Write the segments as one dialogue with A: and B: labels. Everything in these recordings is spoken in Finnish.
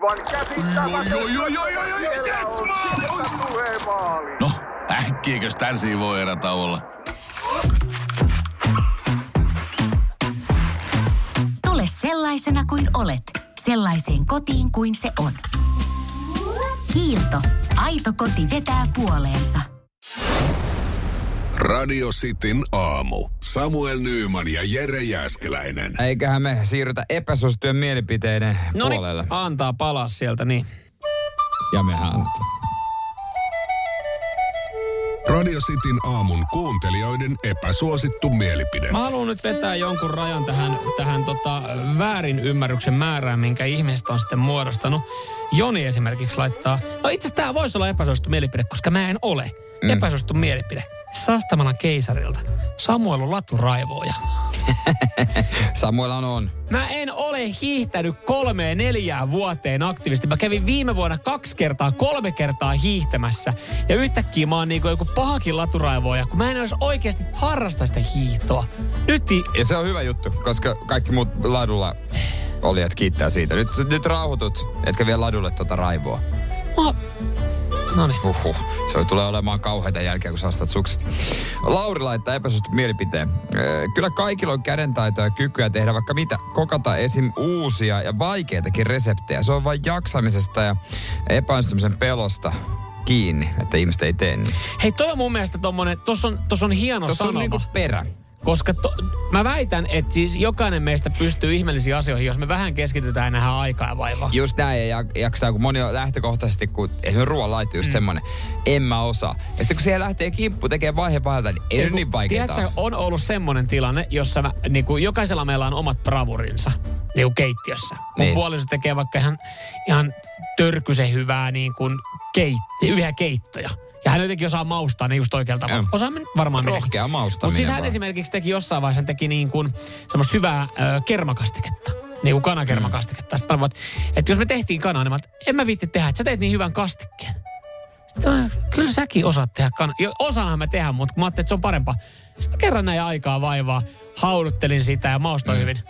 A: aivan käsittämätöntä.
B: Oi, oi, oi, oi, oi,
A: Siellä
B: yes,
A: on
B: maali!
A: Sirkka Suhe maali.
B: No, äkkiäkös tän voi erätauolla?
C: Tule sellaisena kuin olet, sellaiseen kotiin kuin se on. Kiilto. Aito koti vetää puoleensa.
D: Radio Cityn aamu. Samuel Nyyman ja Jere Jäskeläinen.
E: Eiköhän me siirrytä epäsuosittujen mielipiteiden
F: No niin,
E: puolelle.
F: antaa palaa sieltä, niin.
E: Ja mehän annetaan.
D: Radio Cityn aamun kuuntelijoiden epäsuosittu mielipide.
F: Mä haluan nyt vetää jonkun rajan tähän, tähän tota, väärin ymmärryksen määrään, minkä ihmiset on sitten muodostanut. Joni esimerkiksi laittaa, no itse asiassa tämä voisi olla epäsuosittu mielipide, koska mä en ole. Mm. Epäsuosittu mielipide. Sastamalan keisarilta. Samuel on laturaivoja.
E: Samuella on.
F: Mä en ole hiihtänyt kolmeen neljään vuoteen aktiivisesti. Mä kävin viime vuonna kaksi kertaa, kolme kertaa hiihtämässä. Ja yhtäkkiä mä oon niinku joku pahakin laturaivoja, kun mä en olisi oikeasti harrasta sitä hiihtoa. Nyt i-
E: Ja se on hyvä juttu, koska kaikki muut ladulla olijat kiittää siitä. Nyt, nyt rauhoitut, etkä vie ladulle tuota raivoa.
F: mä... Noniin.
E: Huhhuh, se tulee olemaan kauheita jälkeä, kun sä ostat sukset. Lauri laittaa epäsuosittu mielipiteen. Öö, Kyllä kaikilla on kädentaitoja ja kykyä tehdä vaikka mitä. Kokata esim. uusia ja vaikeitakin reseptejä. Se on vain jaksamisesta ja epäonnistumisen pelosta kiinni, että ihmiset ei tee niin.
F: Hei, toi on mun mielestä tommonen, tossa on, tossa on hieno
E: Tuossa on
F: No sanoma.
E: niinku perä.
F: Koska to, mä väitän, että siis jokainen meistä pystyy ihmeellisiin asioihin, jos me vähän keskitytään nähän aikaa ja vaivaa.
E: Just näin ja jak- jaksaa, kun moni on lähtökohtaisesti, kun esimerkiksi ruoan laitto just mm. semmonen, en mä osaa. Ja sitten kun siihen lähtee kimppu tekee vaihe vaiheelta, niin ei ole
F: kun,
E: niin vaikeeta.
F: Tiedätkö, on ollut semmoinen tilanne, jossa mä, niin kuin jokaisella meillä on omat bravurinsa niin kuin keittiössä. Mun
E: Niin.
F: puoliso tekee vaikka ihan, ihan törkysen hyvää niin kuin keitt, yhä keittoja. Ja hän jotenkin osaa maustaa ne just oikealla tavalla.
E: Joo.
F: Osaan me varmaan
E: Rohkea maustaminen
F: Mutta sitten hän
E: vaan.
F: esimerkiksi teki jossain vaiheessa, hän teki niin kuin semmoista hyvää ö, kermakastiketta. Niin kuin kanakermakastiketta. Mm. Sitten mä vaan, että jos me tehtiin kanaa, niin mä, oon, että en mä viitti tehdä, että sä teet niin hyvän kastikkeen. Se on, kyllä säkin osaat tehdä kanaa. Osaanhan mä tehdä, mutta mä ajattelin, että se on parempaa. Sitten kerran näin aikaa vaivaa, hauduttelin sitä ja maustoin mm. hyvin.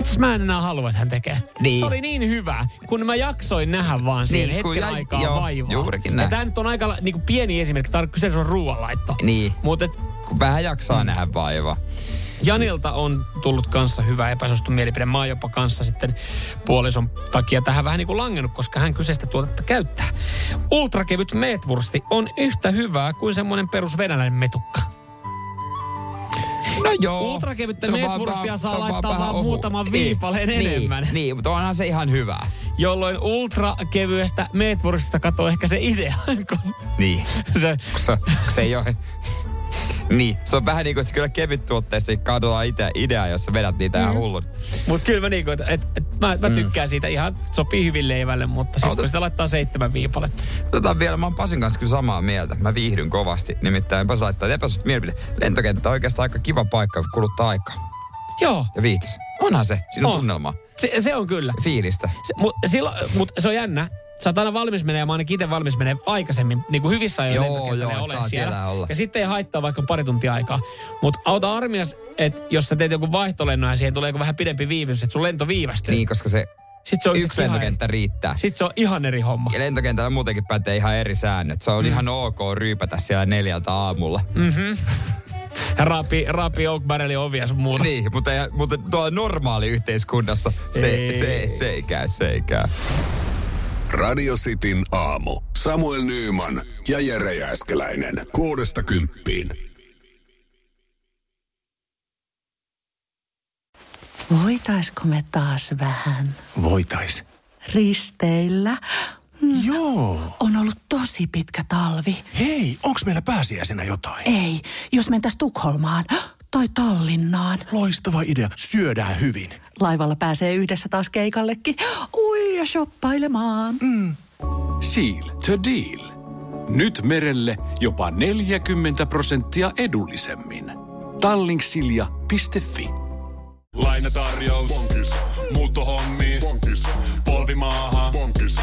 F: Itse mä en enää halua, että hän tekee.
E: Niin.
F: Se oli niin hyvä, kun mä jaksoin nähdä vaan siihen
E: Niin,
F: niin,
E: kun
F: hetken
E: jäi-
F: aikaa
E: joo,
F: vaivaa.
E: juurikin
F: ja
E: näin.
F: tämä nyt on aika niin kuin pieni esimerkki, tämä on kyseessä on ruoanlaitto.
E: Niin.
F: Mutta
E: Kun vähän jaksaa mm. nähdä vaivaa.
F: Janilta on tullut kanssa hyvä epäsuosittu mielipide. Mä oon jopa kanssa sitten puolison takia tähän vähän niin kuin langennut, koska hän kyseistä tuotetta käyttää. Ultrakevyt meetwursti on yhtä hyvää kuin semmoinen perus venäläinen metukka.
E: No joo.
F: Ultrakevyttä
E: Se on vaan
F: meetwurstia
E: vähän-
F: saa
E: se on
F: laittaa
E: vähän
F: vaan
E: ohu-
F: muutaman
E: Niin,
F: viipaleen
E: niin,
F: enemmän.
E: Niin, mutta onhan se ihan hyvää.
F: Jolloin ultrakevyestä meetwurstista katoo ehkä se idea, kun
E: Niin.
F: se
E: Kun se, kun se ei ole... Niin, se on vähän niin kuin, että kyllä kevyt tuotteessa kadotaan itse ideaa, jos sä vedät niitä
F: Mm.
E: ihan hullun.
F: Mut kyllä mä niinku, et, et, et, mä,
E: Mm.
F: mä tykkään siitä ihan, sopii hyvin leivälle, mutta sitten
E: Ota-
F: kun sitä laittaa seitsemän viipaletta.
E: Otetaan vielä, mä oon Pasin kanssa kyllä samaa mieltä. Mä viihdyn kovasti. Nimittäin Pasi laittaa epäsuut mielipide. Lentokenttä on oikeastaan aika kiva paikka, kun kuluttaa aikaa.
F: Joo,
E: Ja viihtyis. Onhan se. Siinä on,
F: On.
E: tunnelmaa.
F: se, se on kyllä.
E: Fiilistä.
F: Se, mut, silloin, mut se on jännä. Sä oot aina valmis menee, ja mä ainakin itse valmis menee aikaisemmin, niin kuin hyvissä ajoin
E: Joo,
F: lentokentällä
E: joo,
F: ja
E: et
F: olen
E: saa siellä olla.
F: Ja sitten ei haittaa vaikka pari tuntia aikaa. Mutta auta armias, että jos sä teet joku vaihtolennon ja siihen tulee joku vähän pidempi viivys, että sun lento viivästyy.
E: Niin, koska se
F: Sitten se on
E: yksi
F: yhtäkkiä
E: lentokenttä riittää.
F: Ihan, sitten se on ihan eri homma.
E: Ja lentokentällä muutenkin pätee ihan eri säännöt. Se on mm. ihan ok ryypätä siellä neljältä aamulla. Mm.
F: Ja raapi, raapi Oak Barrelin ovia sun muuta.
E: Niin, mutta, ei, mutta tuolla normaali yhteiskunnassa se ei,
F: Ei.
E: se, se ei käy, se ei käy.
D: Radio Cityn aamu. Samuel Nyyman ja Jere Jäskeläinen. Kuudesta kymppiin.
G: Voitaisko me taas vähän
H: Voitais.
G: risteillä? Mm,
H: Joo.
G: On ollut tosi pitkä talvi.
H: Hei, onks meillä pääsiäisenä jotain?
G: Ei, jos mentäis Tukholmaan tai Tallinnaan.
H: Loistava idea. Syödään hyvin.
G: Laivalla pääsee yhdessä taas keikallekin. Ui ja shoppailemaan.
I: Seal to deal. Nyt merelle jopa 40 prosenttia edullisemmin. Tallingsilja.fi
J: Lainatarjous. Pankis. Muuttohommi. Pankis. Polvimaaha. Pankis.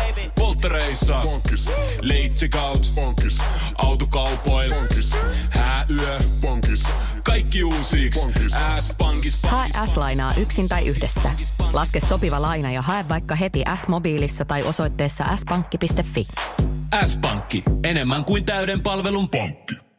I: Mittareissa. Pankis. Leitsikaut. Pankis. Autokaupoil. Pankis. Hääyö. Pankis. Kaikki uusi. S-pankis.
K: Hae S-lainaa yksin tai yhdessä. Laske sopiva laina ja hae vaikka heti S-mobiilissa tai osoitteessa s-pankki.fi.
I: S-pankki. Enemmän kuin täyden palvelun pankki.